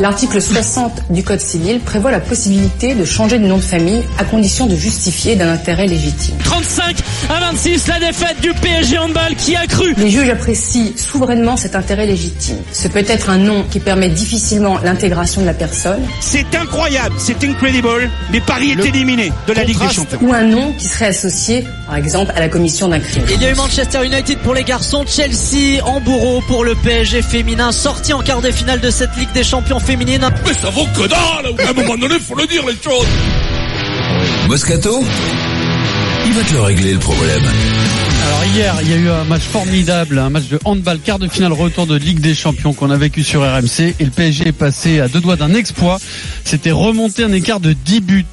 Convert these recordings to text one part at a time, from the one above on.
L'article 60 du Code civil prévoit la possibilité de changer de nom de famille à condition de justifier d'un intérêt légitime. 35 à 26, la défaite du PSG Handball qui a cru. Les juges apprécient souverainement cet intérêt légitime. Ce peut être un nom qui permet difficilement l'intégration de la personne C'est incroyable, c'est incredible, mais Paris est éliminé de la Ligue des contraste, Champions. ou un nom qui serait associé, par exemple, à la commission d'un crime. Il y a eu Manchester United pour les garçons, Chelsea en bourreau pour le PSG féminin, sorti en quart de finale de cette Ligue des Champions féminine. Mais ça vaut que dalle À un moment donné, faut le dire, les choses Moscato Il va te le régler le problème. Alors hier, il y a eu un match formidable, un match de handball, quart de finale retour de Ligue des Champions qu'on a vécu sur RMC et le PSG est passé à deux doigts d'un exploit. C'était remonter un écart de 10 buts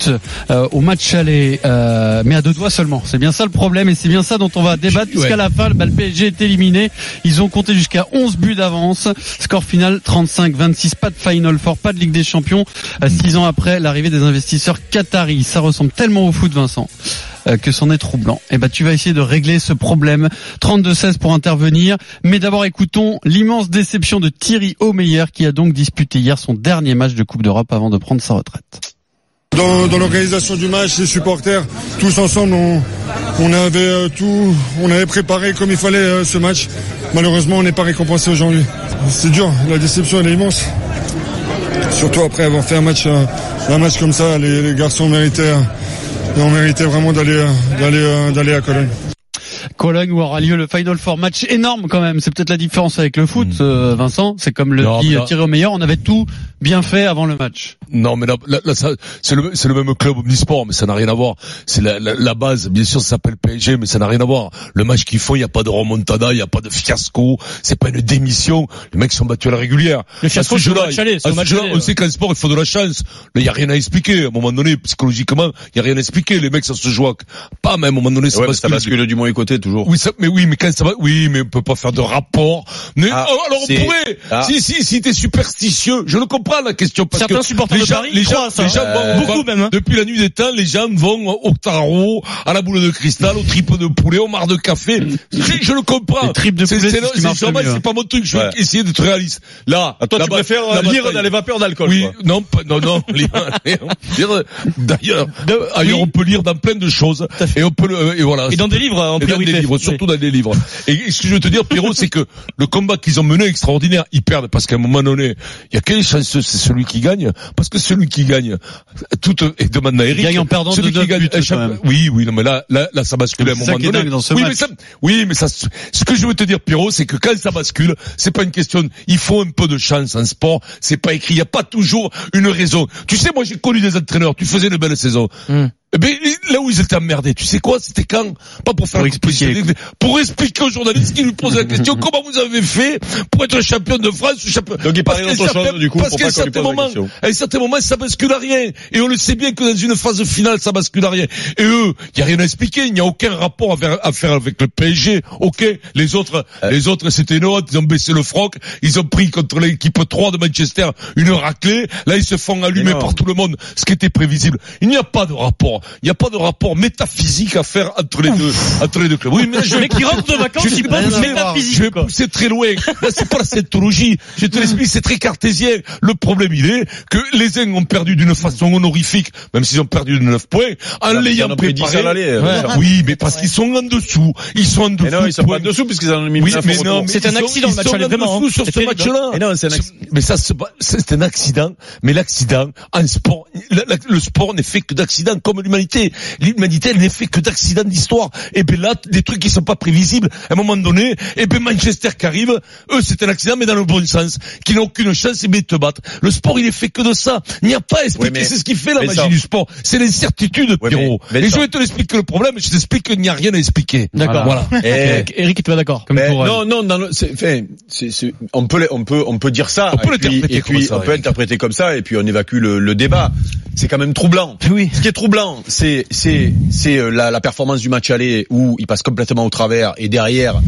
euh, au match aller, euh, mais à deux doigts seulement. C'est bien ça le problème et c'est bien ça dont on va débattre puisqu'à la fin, bah, le PSG est éliminé. Ils ont compté jusqu'à 11 buts d'avance. Score final 35-26, pas de Final Four, pas de Ligue des Champions. Euh, Six ans après l'arrivée des investisseurs qataris, ça ressemble tellement au foot, Vincent euh, que c'en est troublant. Et ben tu vas essayer de régler ce problème. 32-16 pour intervenir. Mais d'abord écoutons l'immense déception de Thierry Omeyer qui a donc disputé hier son dernier match de Coupe d'Europe avant de prendre sa retraite. Dans, dans l'organisation du match, les supporters, tous ensemble, on, on avait euh, tout, on avait préparé comme il fallait euh, ce match. Malheureusement, on n'est pas récompensé aujourd'hui. C'est dur, la déception elle est immense. Surtout après avoir fait un match, euh, un match comme ça, les, les garçons méritaient, euh, et on méritait vraiment d'aller, euh, d'aller, euh, d'aller à Cologne. Cologne où aura lieu le Final Four match énorme quand même. C'est peut-être la différence avec le foot, euh, Vincent. C'est comme le Hmm. Non, dit mais euh, là- Thierry Omeyer, on avait tout bien fait avant le match. Non, mais là, là, là, ça, c'est le, c'est le même club omnisport, mais ça n'a rien à voir. C'est la, la, la base. Bien sûr, ça s'appelle PSG, mais ça n'a rien à voir. Le match qu'ils font, il n'y a pas de remontada, il n'y a pas de fiasco. C'est pas une démission. Les mecs sont battus à la régulière. Le fiasco, À ce c'est au jeu-là, match aller, c'est à au ce match jeu-là, aller, on ouais. sait qu'en sport, il faut de la chance. Là, il n'y a rien à expliquer. À un moment donné, psychologiquement, il n'y a rien à expliquer. Les mecs, ça se joue à- pas, mais à un moment donné, ça Ouais, mais bascule. ça bascule du mauvais côté toujours. Oui, ça, mais oui, mais quand ça va, oui, mais on peut pas faire de rapport. Mais, Ah, oh, alors on c'est- pourrait. Ah. Si, si, si t'es superstitieux, je le comprends la question parce Certains que supporters les de gens, Paris les croient gens, à ça, les hein. gens Euh, vont- beaucoup vont- même, hein. Depuis la nuit des temps, les gens vont au tarot, à la boule de cristal, au tripes de poulet, au mar de café. Je, je le comprends. Les tripes de C'est- poulet, c'est c'est ce qui c'est marche le normal, mieux, hein. c'est pas mon truc. Je vais Ouais. essayer d'être réaliste. Là, Ah, toi, la tu ba- préfères la euh, lire bataille- dans les vapeurs d'alcool. oui, quoi. non, pas- non, non. lire- lire- euh, D'ailleurs, ailleurs, on peut lire dans plein de choses et on peut le, euh, et voilà. Et dans des livres, en Et dans priorité. des livres, Oui. surtout dans des livres. Et ce que je veux te dire, Pierrot, c'est que le combat qu'ils ont mené est extraordinaire. Ils perdent parce qu'à un moment donné, il y a quelle chance c'est celui qui gagne Parce que celui qui gagne, euh, tout et demande à Eric. Il gagne en perdant celui de deux qui gagne, buts, échappe- quand même. Oui, oui, non, mais là, là, là, ça bascule à un C'est ça moment qui est donné. dingue dans ce oui, match. mais ça, oui, mais ça, ce que je veux te dire, Pierrot, c'est que quand ça bascule, c'est pas une question. Il faut un peu de chance en sport. C'est pas écrit. Il y a pas toujours une raison. Tu sais, moi, j'ai connu des entraîneurs. Tu faisais une belle saison. Hmm. Eh ben, là où ils étaient emmerdés, tu sais quoi C'était quand Pas pour faire Pour la expliquer. compétition, pour expliquer aux journalistes qui lui posent la question comment vous avez fait pour être champion de France ou champion. Donc, il parlait Parce dans qu'à son certains- chose, du coup, parce pour qu'à pas qu'on lui certains pose la moments- question. à un certain moment, ça bascule à rien. Et on le sait bien que dans une phase finale, ça bascule à rien. Et eux, il y a rien à expliquer. Il n'y a aucun rapport à faire, à faire avec le PSG. Ok, les autres, les autres, c'était une honte. Ils ont baissé le froc. Ils ont pris contre l'équipe 3 de Manchester une raclée. Là, ils se font allumer Énorme. par tout le monde, ce qui était prévisible. Il n'y a pas de rapport. Il n'y a pas de rapport métaphysique à faire entre les deux, entre les deux clubs. Oui, mais là, je Le mec qui rentre de vacances, je vais il pense pousser- métaphysique, Je vais quoi. pousser très loin. Là, c'est pas la scientologie. Je Mmh. te l'explique, c'est très cartésien. Le problème, il est que les uns ont perdu d'une façon honorifique, même s'ils ont perdu de 9 points, en Ils en l'ayant ont pris dix à préparé. l'aller, euh, Richard. Oui, mais parce qu'ils sont en dessous. Ils sont en dessous. Mais non, ils sont pas point. en dessous puisqu'ils en ont mis Oui, neuf mais au non, retour. mais C'est ils un sont- accident, le ils match sont aller, en vraiment, dessous hein. sur C'est ce terrible. match-là. Mais non, c'est un acc- Mais ça, c'est pas- c'est un accident. Mais l'accident, en sport, la- la- le sport n'est fait que d'accidents, comme l'humanité. L'humanité, elle n'est fait que d'accidents d'histoire. Et ben là, des trucs qui sont pas prévisibles. À un moment donné, et ben Manchester qui arrive, eux, c'est un accident, mais dans le bon sens, qui n'ont aucune chance, et ben ils te battent. Le sport, il est fait que de ça. Il n'y a pas à expliquer. Oui, mais- c'est ce qui fait la mais magie ça- du sport. C'est l'incertitude, Oui, mais- Pierrot. mais et ça- je vais te l'expliquer le problème, je t'explique qu'il n'y a rien à expliquer. D'accord. Voilà. Eh, Eric, tu vas d'accord Comme Mais pour, euh, non, Ben, non, dans le- c'est, enfin, c'est- c'est- on peut, les- on peut, on peut dire ça. On peut et puis- l'interpréter et puis, comme ça, on peut oui. interpréter comme ça, et puis on évacue le, le débat. C'est quand même troublant. Oui. Ce qui est troublant, c'est, c'est, c'est euh, la, la performance du match aller où il passe complètement au travers et derrière.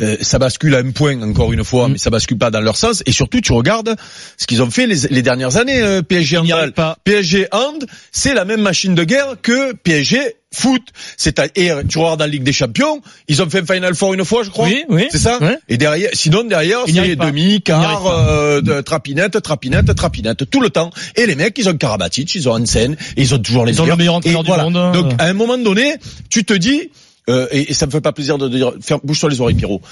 euh, ça bascule à un point encore une fois, mais ça bascule pas dans leur sens. Et surtout, tu regardes ce qu'ils ont fait les, les dernières années. euh, PSG n'y arrive handball, pas. PSG hand, c'est la même machine de guerre que PSG foot. C'est à- et euh, tu regardes dans la Ligue des Champions, ils ont fait un final four une fois, je crois. Oui, oui. C'est ça. Ouais. Et derrière, sinon derrière, Ils n'y c'est arrivent pas. demi, n'y arrivent quart, pas. euh, de- trapinette, trapinette, trapinette, tout le temps. Et les mecs, ils ont Karabatic, ils ont Hansen, et ils ont toujours les Ils ont le meilleurs. meilleur entraîneur Et du monde. Donc à un moment donné, tu te dis. euh, et, et ça me fait pas plaisir de, de dire ferme- bouge-toi les oreilles Pierrot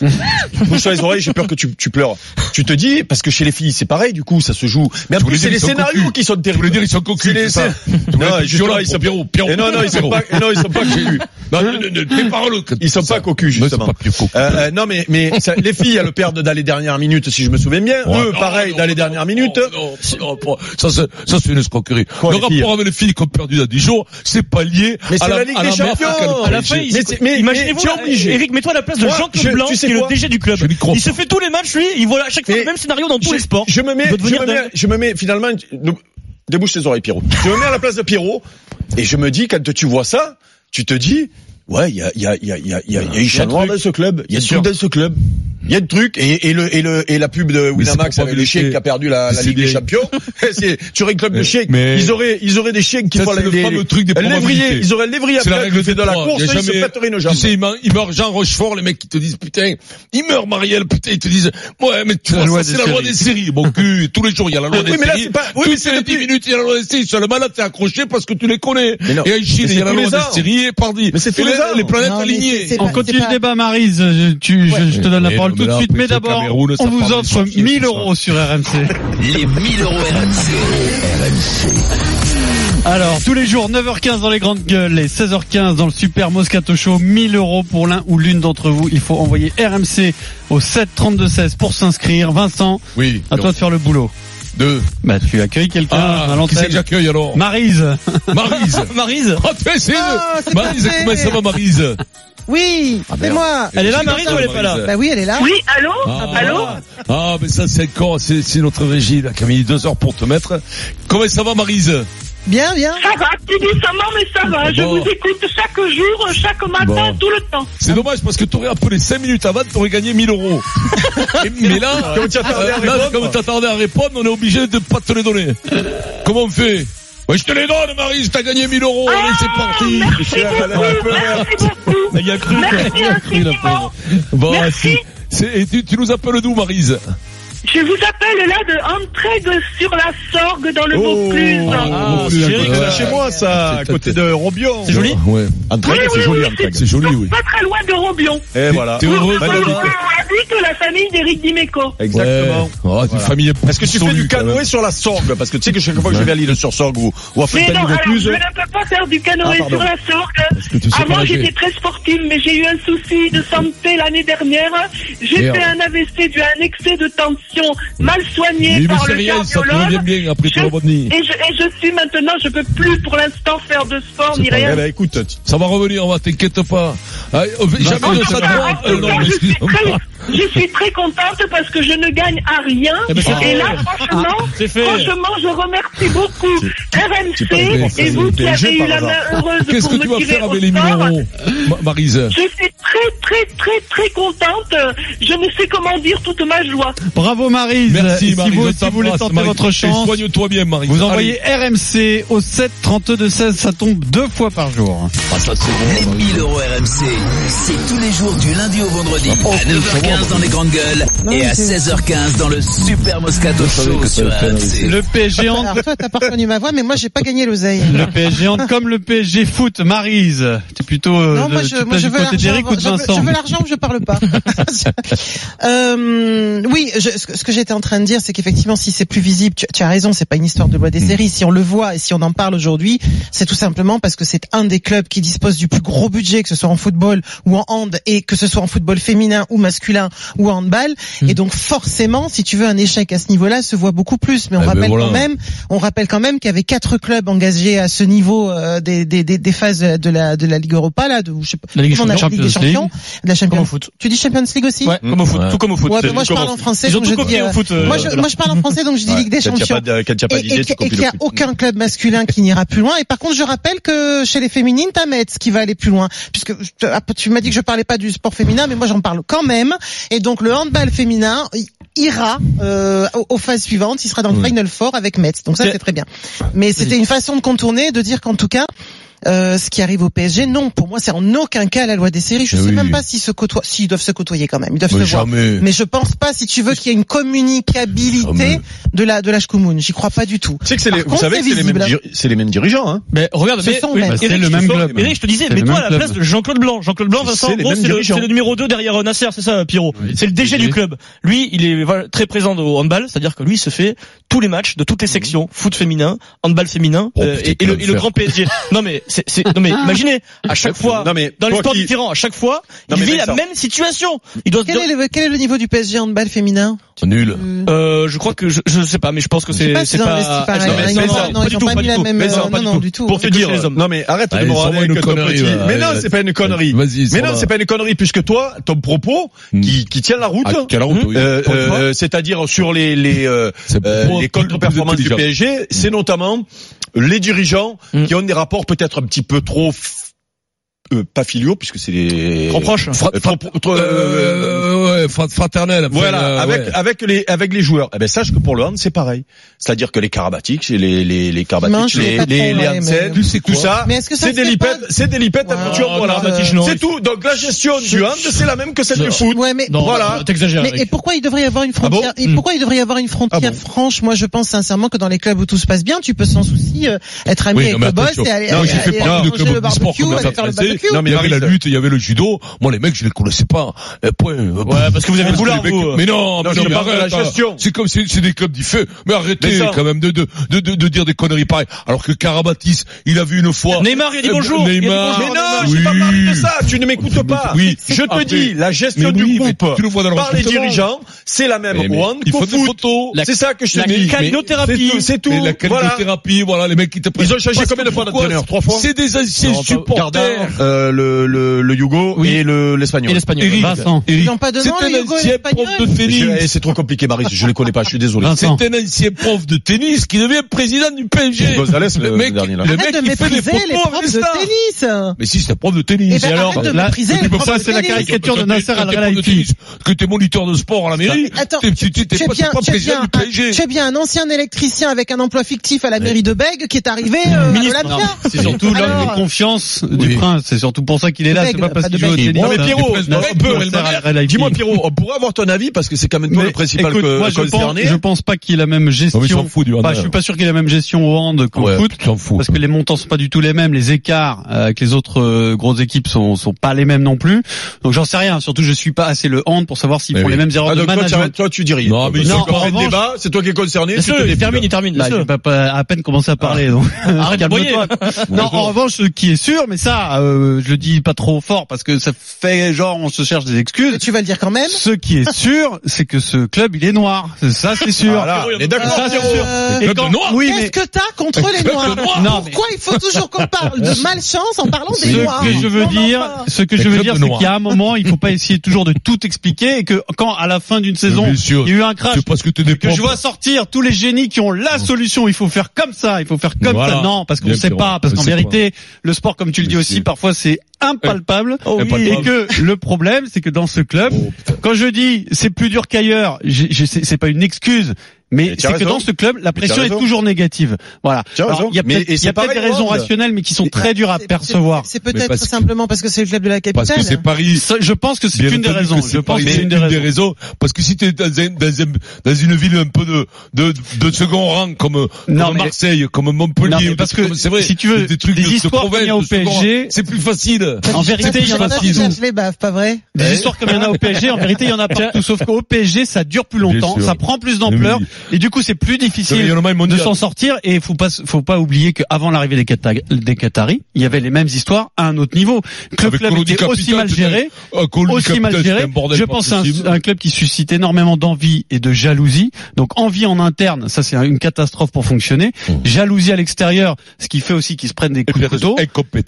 bouge-toi les oreilles j'ai peur que tu, tu pleures tu te dis parce que chez les filles c'est pareil du coup ça se joue mais Tu après voulais c'est dire, les ils sont scénarios cocus. qui sont Tu terribles voulais dire ils sont cocus, C'est les- c'est ça non Ils justement sont ils sont Pierrot, Pierrot. Et non non ils sont pas et non ils sont pas cocus Non, ne- ne- ne- prépare-le. ils sont pas cocus Non, ils sont justement pas plus cocus. euh, euh, non mais mais ça- les filles elles le perdent dans les dernières minutes si je me souviens bien Ouais. eux Non, pareil non, dans les non, dernières non, minutes non, non, non, ça c'est ça c'est une escroquerie. Quoi, le les filles rapport avec les filles qui ont perdu dans 10 jours, c'est pas lié Mais à c'est la Ligue à des marque Champions. qu'a le À la PSG. fin, ils- Mais Mais c'est- c'est- mais- Imaginez-vous, mais tu es là, obligé. Eric, mets-toi à la place de Moi, je- Jean-Claude tu Blanc, sais qui est le quoi DG du club. Je lui crois Il pas. se fait tous les matchs, lui, il voit à chaque fois Mais le même scénario dans tous les sports. Je me mets, Il peut je devenir me mets, dingue. je me mets finalement, de- débouche tes oreilles, Pierrot. Je me mets à la place de Pierrot et je me dis quand tu vois ça, tu te dis, ouais, il y a, il y a, il y a, il y a, il y a, il y a une chat noire dans ce club, il y a du truc dans ce club. Il y a le truc et, et le et le et la pub de Winamax c'est pour avec le publicité. chien qui a perdu la, la C'est Ligue des des- Champions. Eh, C'est- tu aurais un club de Mais- chiens, mais- ils auraient ils auraient des chiens qui Ça, font c'est la- le les- fameux truc des un lévrier, probabilités. ils auraient le lévrier C'est la après règle qui fait des de la trois. course, Il y et a ils se jamais- pèteraient une jambe. Tu sais, il meurt, il meurt Jean Rochefort, les mecs qui te disent putain, il meurt Marielle, putain, ils te disent ouais, mais tu La vois, loi ça, des c'est la loi séries. des séries. Bon cul, tous les jours il y a la loi Oui, des mais là, séries. c'est pas- oui, mais Toutes c'est les depuis- 10 minutes il y a la loi des séries. Seulement là t'es accroché parce que tu les connais. Mais non. Et en Chine il Mais y c'est a la tous loi les des ans. séries, pardi. Mais c'est tous Et les ans. Les planètes Non, mais alignées. c'est- On pas- continue c'est le débat, Marise. Je, tu- je- je te donne la Mais parole non, tout mais de là, suite. après, Mais c'est d'abord, Cameroun, ça on vous parle des offre sorciers, 1000 tout ça. euros sur RMC. Les 1000 euros RMC. Alors, tous les jours, 9h15 dans les grandes gueules et 16h15 dans le super Moscato Show, 1000 euros pour l'un ou l'une d'entre vous. Il faut envoyer RMC au 7 32 16 pour s'inscrire. Vincent, Oui. à toi de faire le boulot. Deux. Bah, tu accueilles quelqu'un à Ah, qui c'est que l'antenne. j'accueille alors Marise. Marise. Marise Oh, tu c'est Ah, c'est Marise, parfait. comment ça va Marise Oui, c'est moi. Ah, Elle est là, Je Marise, suis ou elle est content, pas là Marise. Bah oui, elle est là. Oui, allô Ah, Allô voilà. Ah, mais ça, c'est le corps, c'est, c'est notre régie, là, qui a mis deux heures pour te mettre. Comment ça va, Marise Bien, bien. Ça va, tout doucement, mais ça va. Je Bon. vous écoute chaque jour, chaque matin, Bon. tout le temps. C'est dommage, parce que t'aurais appelé cinq minutes avant, t'aurais gagné 1000 euros. Et- mais là, Comme tu attendais à euh, là, répondre. comme t'attendais à répondre, on est obligé de pas te les donner. Comment on fait Ouais, je te les donne, Marise, t'as gagné 1000 euros, allez, Eh, c'est parti Ah, Merci beaucoup, merci beaucoup. Il y a cru, quoi. Merci infiniment. Bon, Merci. c'est, c'est- et tu, tu nous appelles d'où, Marise Je vous appelle là de Entraigues sur la Sorgue dans le Oh. Vaucluse. Ah, c'est chéri, d'accord. quoi. chez moi, ça, à C'est- côté de Robion. C'est joli Euh, Ouais. Oui, oui, c'est joli, oui, Antrague. C'est joli, oui. Pas très loin de Robion. Et voilà. T'es heureux, Où Marise habite la famille d'Éric Dimeco. Exactement. Ouais. Oh, t'es une famille Est-ce que tu fais du absolue, quand même. canoë sur la Sorgue Parce que tu sais que chaque fois que je vais à l'île sur Sorgue ou, ou à Mais non, alors, je Fontaine-Vaucluse, ne peux pas faire du canoë Ah, pardon. sur la Sorgue. que tu sais pas Avant, nager j'étais très sportive, mais j'ai eu un souci de santé l'année dernière. J'ai Merde. fait un AVC dû à un excès de tension mal soigné Mais par c'est le rien, ça te cardiologue. revient bien après Je- ton abonnement. Et je, et je suis maintenant, je peux plus pour l'instant faire de sport ni eh rien. ben, écoute, tu- Ça va revenir, va, t'inquiète pas. Ah, euh, En Jamais de tout ça cas, en droit. tout Euh, non, cas, mais je, suis très, excuse-moi. je suis très contente parce que je ne gagne à rien. Eh ben, c'est et fait. là, Ah, franchement, C'est fait. franchement, je remercie beaucoup c'est pas le RMC PSG, et vous qui c'est le avez PSG eu par la main heureuse Qu'est-ce pour que tu me vas tirer faire au avec les 1000 sort. euros, Ma- Marise Je suis très, très, très, très contente. Je ne sais comment dire toute ma joie. Bravo, Marise. Et Merci, si Marise. vous, on si vous voulez t'embrasse, tenter Marise. votre Et chance, Soigne-toi bien, Marise. vous envoyez RMC au 7 32 16. Ça tombe deux fois par jour. Les 1000 euros RMC, c'est tous les jours du lundi au vendredi, à 9h15 dans les grandes gueules et à 16h15 dans le Super Moscato Show sur RMC. Le PSG en Alors toi, t'as pas reconnu ma voix, mais moi, j'ai pas gagné l'oseille. Euh, Le PSG entre comme le PSG foot, Marise. T'es plutôt euh, Non, moi, de- tu je, moi, places je du veux côté l'argent. d'Eric ou de Je veux- Vincent je veux l'argent, je parle pas. euh, oui, je- ce que- ce que j'étais en train de dire, c'est qu'effectivement, si c'est plus visible, tu, tu as raison, c'est pas une histoire de loi Hmm. des séries. Si on le voit et si on en parle aujourd'hui, c'est tout simplement parce que c'est un des clubs qui dispose du plus gros budget, que ce soit en football ou en hand, et que ce soit en football féminin ou masculin ou en handball. Mm. Et donc, forcément, si tu veux, un échec à ce niveau-là se voit beaucoup plus. Mais on Eh ben rappelle voilà. quand même, on rappelle quand même qu'il y avait quatre clubs engagés à ce niveau euh, des, des, des, des phases de la de la Ligue Europa là, de, ou je sais pas, La Ligue des Comment on Champions, appelle- Ligue des Champions League, Champions, de la Champions. Comme au foot. Tu dis Champions League aussi Ouais, comme au foot, tout comme au foot. Ouais, mais C'est moi je comme parle au en foot. français. Ils ont donc tout je dis, copié au euh, foot, euh, Moi, je- alors. moi, je parle en français, donc je dis Ouais, Ligue des quand il y a Champions. pas de- quand il y a pas Et- et d'idée, tu qu'il- et copies qu'il le n'y a foot. aucun club masculin qui n'ira plus loin. Et par contre, je rappelle que chez les féminines, t'as Metz qui va aller plus loin, puisque je- ah, tu m'as dit que je parlais pas du sport féminin, mais moi j'en parle quand même. Et donc le handball féminin i- ira euh, aux- aux phases suivantes. Il sera dans le Oui. final four avec Metz. Donc ça C'est- c'est très bien. Mais c'était une façon de contourner, de dire qu'en tout cas. euh, ce qui arrive au PSG, non, pour moi, c'est en aucun cas la loi des séries. Je Mais sais oui. même pas s'ils se côtoient, s'ils doivent se côtoyer quand même, ils doivent Mais se voir. jamais. Mais je pense pas, si tu veux, qu'il y ait une oh, communicabilité de la de la Shkumun. J'y crois pas du tout. Tu sais que c'est Par les, vous contre, savez que c'est les mêmes, visible. diri- c'est les mêmes dirigeants, hein. Mais regarde, Ce mais, sont oui, les- bah, c'est Eric, le je te même sors- club. Eric, je te disais, C'est le mets-toi à même la club. place de Jean-Claude Blanc. Jean-Claude Blanc, C'est Vincent, en les gros, mêmes c'est le, dirigeants. c'est le numéro 2 derrière euh, Nasser, c'est ça, Pierrot. c'est le DG du club. Lui, il est voilà, très présent au handball, c'est-à-dire que lui, il se fait tous les matchs de toutes les sections, foot féminin, handball féminin, euh, Oh, putain, et, et le, et le l'enfer. grand PSG. non mais, c'est, c'est- non Ah. mais, imaginez, à chaque fois, Non, mais dans les toi sports qui- différents, à chaque fois, Non, il mais vit la Vincent. même situation. Il doit se Quel est, le, quel est le niveau du PSG handball féminin Nul. euh, je crois que je, je sais pas, mais je pense que Je sais c'est pas c'est s'ils ont pas. investi pareil. Ah, Non, mais ils non, ont non, pas- non, pas ils du ont tout, pas pas mis du la tout. même, Mais non, euh, pas non, non, du tout. Pour te Que dire. les hommes. Non mais arrête Allez, de me sors-moi regarder une avec ton connerie, petit. là. Mais non, Allez, c'est pas une connerie. vas-y, mais sors-la. non, c'est pas une connerie puisque toi, ton propos Hmm. qui, qui tient la route. Ah, qui tient la route, oui. euh, Pour une euh, fois. c'est-à-dire sur les les euh, C'est euh, pour- les pour- pour- contre-performances du pour- PSG, c'est notamment les dirigeants Mm. qui ont des rapports peut-être un petit peu trop f- euh, pas filiaux puisque c'est les Trop proches. Fra- Euh, trop- trop- Euh, euh, ouais, fra- fraternel. enfin, voilà, euh, avec ouais. avec les avec les joueurs. Eh ben sache que pour le hand c'est pareil. C'est-à-dire que les carabatiques, chez les les les Non, carabatiques, je sais les pas les, trop, les ouais, Hansen, mais- Tu sais tout quoi ça, Mais est-ce que ça c'est se des fait pas Ah, lipettes, c'est des lipettes Ouais, à couture, non, voilà. carabatiques, non, C'est il- tout. Donc la gestion du hand c'est la même que celle du foot. Ouais, mais Non, Voilà. voilà. T'exagères. Mais Eric. et pourquoi il devrait y avoir une Ah bon frontière Et pourquoi il devrait y avoir une frontière Ah bon franche Moi, je pense sincèrement que dans les clubs où tout se passe bien, tu peux sans souci euh, être ami Oui, non, avec mais le boss attention. et aller, Non, j'ai fait aller partie de manger clubs le de sport barbecue, comme aller ça, faire le tu sais. barbecue. Non, il y avait la Marie, lutte, il y avait le judo. Moi, les mecs, je les connaissais pas. Et point. Ouais, parce que vous avez le boulard, vous. Mais non, mais je non, te mais parle de la arrête, arrête. gestion. C'est comme, c'est c'est des clubs diffus. Mais Mais arrêtez, ça- quand même, de, de, de, de, de dire des conneries pareilles. Alors que Karabatis, il a vu une fois. Neymar, il a dit Euh, bonjour. Il a dit Neymar. Mais bonjour. non, Oui. j'ai pas parlé de ça, tu ne m'écoutes pas. Oui. Je te Après- dis, la gestion Mais du oui, mais groupe tu le vois dans le par les recrutement. dirigeants, c'est la même Mais- mais au hand il qu'au faut des foot. photos. C'est ça que je la te dis. calinothérapie. Mais C'est tout, Mais la c'est tout. Voilà. calinothérapie, voilà, les mecs qui te Ils ont changé combien de fois d'entraîneur Trois fois C'est des anciens Non, pas- supporters. Gardin, euh, le, le, le Hugo Oui. et le, l'espagnol. Et l'espagnol. Eric, Vincent. Eric, Ils ont pas de nom, c'est un les Hugo et ancien l'Espagnol. prof de Mais je- eh, tennis. c'est trop compliqué, Maris. Je les connais pas. Je suis désolé. C'est un ancien prof de tennis qui devient président du PSG. Gonzalez, le- mec, le dernier, là. le Arrête mec de qui fait des mépriser photos les avec profs les de stars. tennis. Mais si, c'est un prof de tennis. Eh ben, et alors, arrête de Là, mépriser tu les peux profs pas- de c'est la tennis. caricature de Quand Nasser t'es- quand t'es Al-Khelaifi. prof de tennis, Que t'es moniteur de sport à la mairie. Attends, t'es- tu, t'es- tu, t'es es pas- t'es bien, pas tu es bien président du un- PSG. tu es bien un ancien électricien avec un emploi fictif à la mairie de Bègue qui est arrivé euh, à Ministre, non, l'Olympia. c'est surtout l'homme Alors, de confiance du Oui. prince. C'est surtout pour ça qu'il est là. Bègue, C'est pas parce pas de qu'il joue au Bègue. tennis. Non, mais hein, Pierrot, du non, prince mais Pierrot, Nasser Al-Khelaifi. Dis-moi, Pierrot, on pourrait avoir ton avis parce que c'est quand même toi Mais le principal écoute, que- moi, je pense, concerné. je pense pas qu'il ait la même gestion. Non, mais il s'en fout du hand, Bah, je suis pas sûr qu'il ait la même gestion au hand qu'au Ouais, foot. tu t'en fous. Parce que les montants sont pas du tout les mêmes, les écarts euh, avec les autres euh, grosses équipes sont sont pas les mêmes non plus. Donc j'en sais rien. Surtout je suis pas assez le hand pour savoir s'ils Mais font oui. les mêmes erreurs Ah, de donc toi, tu management. arrêtes- toi, tu diriges. Non, mais Parce ils sont qu'on en fait le revanche- débat, c'est toi qui es concerné. Bien tu te sûr, il défiles. termine, il termine. Là, bien Bah, j'ai sûr. pas, pas- à peine commencé à parler. donc. Arrête de Calme-toi. Non, en revanche, ce qui est sûr, mais ça, euh, je le dis pas trop fort parce que ça fait genre on se cherche des excuses. tu vas le dire quand même. Ce qui est sûr, c'est que ce club, il est noir. Ça, c'est sûr. Voilà, on est d'accord. Ça, c'est Euh, sûr. Ah, Le club noir oui, Qu'est-ce mais que t'as contre les noirs Non, mais- Pourquoi il faut toujours qu'on parle de malchance en parlant des noirs ce que je veux Non, non, dire, pas. ce que Les je veux clubs dire, de c'est noirs. qu'il y a un moment, il faut pas essayer toujours de tout expliquer et que quand à la fin d'une saison, bien il y sûr. a eu un crash, C'est parce que t'es des que profs. je vois sortir tous les génies qui ont la solution, il faut faire comme ça, il faut faire comme Voilà. ça. Non, parce qu'on Bien sait sûr. pas, parce Je qu'en sais vérité, le sport, comme tu le dis Mais aussi, si. parfois c'est impalpable. Oh oui. Et que le problème, c'est que dans ce Oh, club, Oh. quand je dis c'est plus dur qu'ailleurs, j'ai- j'ai- c'est c'est pas une excuse. Mais Mais tu as c'est que raison. dans ce club, la tu as pression est raison. toujours négative. Voilà. Tu as Alors, raison. Il y a Mais- peut-être et il y c'est a peut-être des pareil au raisons monde. rationnelles, mais qui sont très dures à C'est- percevoir. C'est Mais peut-être parce que- simplement parce que c'est le club de la Parce que capitale. c'est Paris. Ça, je pense que c'est Bien une des entendu raison. que c'est Je pense Paris, que c'est une des des raisons. raisons. Parce que si t'es dans, un- dans, un- dans une ville un peu de, de, de second rang, comme, Non, comme mais- Marseille, comme Non, Montpellier, mais parce des trucs que comme- c'est vrai, si tu veux, des trucs des de, de histoires comme il y a au province, de second rang, PSG, c'est plus facile. En vérité, il y en a bah, Ça, partout. je les bave, pas vrai Des histoires comme il y en a au PSG, en vérité, il y en a partout. Sauf qu'au PSG, ça dure plus longtemps, sûr. ça prend plus d'ampleur. Oui. Et du coup, c'est plus difficile de s'en sortir. Et faut pas, faut pas oublier qu'avant l'arrivée des, Qata- des Qataris, il y avait les mêmes histoires à un autre niveau. Que le Avec club Colo du était aussi Capital, mal géré, c'était- ah, Colo du aussi mal Capital, géré. c'était un bordel Je pas pense à un, possible. un club qui suscite énormément d'envie et de jalousie. Donc envie en interne, ça c'est une catastrophe pour fonctionner. Mmh. Jalousie à l'extérieur, ce qui fait aussi qu'ils se prennent des coups de couteau.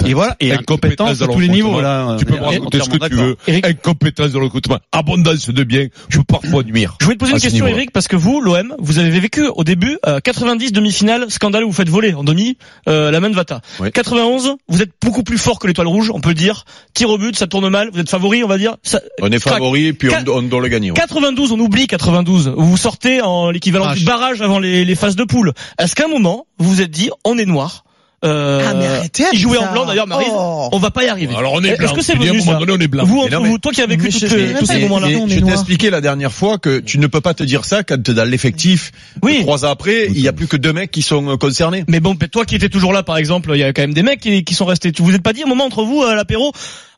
Et voilà, et incompétence à tous les niveaux. Là, tu peux on me est raconter ce que tu entièrement veux. d'accord. Incompétence dans le recrutement, abondance de biens, je peux parfois nuire. Je voulais Ah, te poser À une ce question, hein. niveau-là. Eric, parce que vous, l'OM, vous avez vécu au début euh, 90 demi-finale, scandale où vous faites voler en demi, euh, la main de Vata. 91, vous êtes beaucoup plus fort que l'étoile rouge, on peut le dire. Tir au but, ça tourne mal, vous êtes favori, on va dire. Ça- On est crac. favori, puis Qua- on, on doit le gagner. ouais. 92, on oublie 92. Vous sortez en l'équivalent Ah, du je- barrage avant les, les phases de poule. Est-ce qu'à un moment, vous vous êtes dit, on est noir euh, Ah, mais arrêtez avec il jouait ça. en blanc d'ailleurs, Marie. Oh. On va pas y arriver. Alors, on est blanc. Est-ce que c'est Il y a un venu moment ça donné, on est blanc. Vous, Mais non, entre mais- vous, toi qui as vécu Mais tout, je- tous mais même pas ces les- moments-là. les- Et on est je t'ai noir. expliqué la dernière fois que tu ne peux pas te dire ça quand t'es dans l'effectif. Oui. Trois ans après, il y a plus que deux mecs qui sont euh, concernés. Mais bon, toi qui étais toujours là, par exemple, il y a quand même des mecs qui, qui sont restés. Tu vous êtes pas dit, un moment entre vous à l'apéro,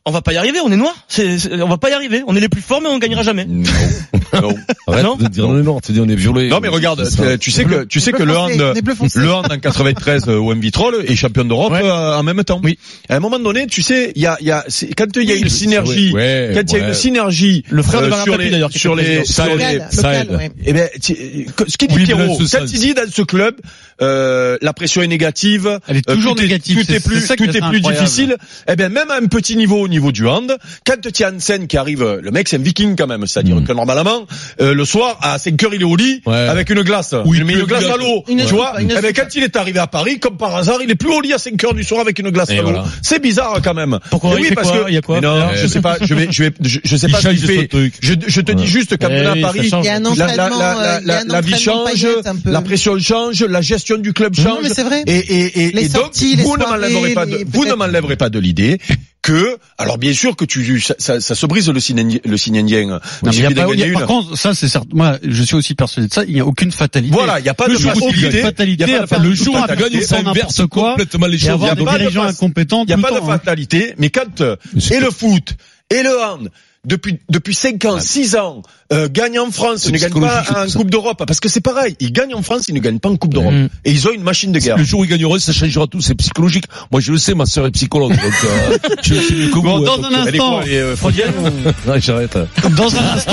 on va pas y arriver, on est noirs, c'est, c'est- on va pas y arriver, on est les plus forts, mais on gagnera jamais. Non. non. Arrête Non de dire non, non, Ah tu dis on est violé. Non mais regarde, C'est ça. euh, tu sais que tu sais que le hand, Des bleus foncés. le hand en 93 euh, au Vitrol est champion d'Europe euh, en même temps. Oui. À un moment donné, tu sais, il y a, il y a c'est- quand il y a une synergie, ouais, quand il y a ouais. une synergie, euh, Le frère de Bernard sur Tapie, les d'ailleurs, qui sur était les président. sur les Local, ça local, aide. ouais. Eh ben, tu- euh, que- ce qui dit Oui, mais Pierrot, dans ce quand sens. il dit dans ce club, euh, la pression est négative, euh, Elle est toujours tout est- négative, tout c'est- est plus, c'est ça qui tout est est plus incroyable. difficile. Eh bien, même à un petit niveau au niveau du hand, quand tu as Hansen qui arrive, euh, le mec c'est un viking quand même, c'est-à-dire que normalement, euh, le soir à 5 heures il est au lit Ouais. avec une glace, Oui, il met une une glace glace. à l'eau, Une tu soupe, vois. Eh une bien, soupe. quand il est arrivé à Paris, comme par hasard, il est plus au lit à 5 heures du soir avec une glace Et à l'eau. voilà. C'est bizarre quand même. Pourquoi Eh Il oui, fait parce quoi que Il y a quoi Mais non, Ouais. je sais pas, je vais, je vais, je, je sais pas Il ce qu'il change son fait. truc. Je, je te dis juste Eh campionnat oui, à ça Paris, change. Il y a un la, la, entraînement, euh, la, il y a la, un la vie entraînement change, paillette un peu. la pression change, la gestion du club Non, change. mais c'est vrai. Et, et, et, Les et donc, sorties, les vous ne soirées, m'enlèverez pas de, les- vous ne peut-être. m'enlèverez pas de l'idée que, alors bien sûr que tu, ça, ça, ça se brise le signe, le signe indien. Il Non, mais y a suffit d'en pas- y a- gagner par une. contre, ça c'est certain. Moi, je suis aussi persuadé de ça. Il n'y a aucune fatalité. Voilà, il n'y a pas le de jour où il y a une fatalité. fatalité, il y a pas de enfin, le jour où fatalité, on ça sort n'importe inverse quoi, complètement les et choses. avoir y a des pas de dirigeants face- incompétents Il n'y a tout pas le de temps, hein. fatalité, mais quand euh, et le foot et le hand depuis depuis 5 ans, 6 ans, euh, gagnent en France, C'est ils ne gagnent pas psychologique, en ça. Coupe d'Europe parce que c'est pareil, ils gagnent en France, ils ne gagnent pas en Coupe d'Europe Mm. et ils ont une machine de guerre. Le jour où ils gagneront, ça changera tout, c'est psychologique. Moi, je le sais, ma sœur est psychologue, donc, euh, je suis mieux que vous. Bon, hein, dans donc, un euh, instant, Et, euh, Ouais, j'arrête. dans un instant.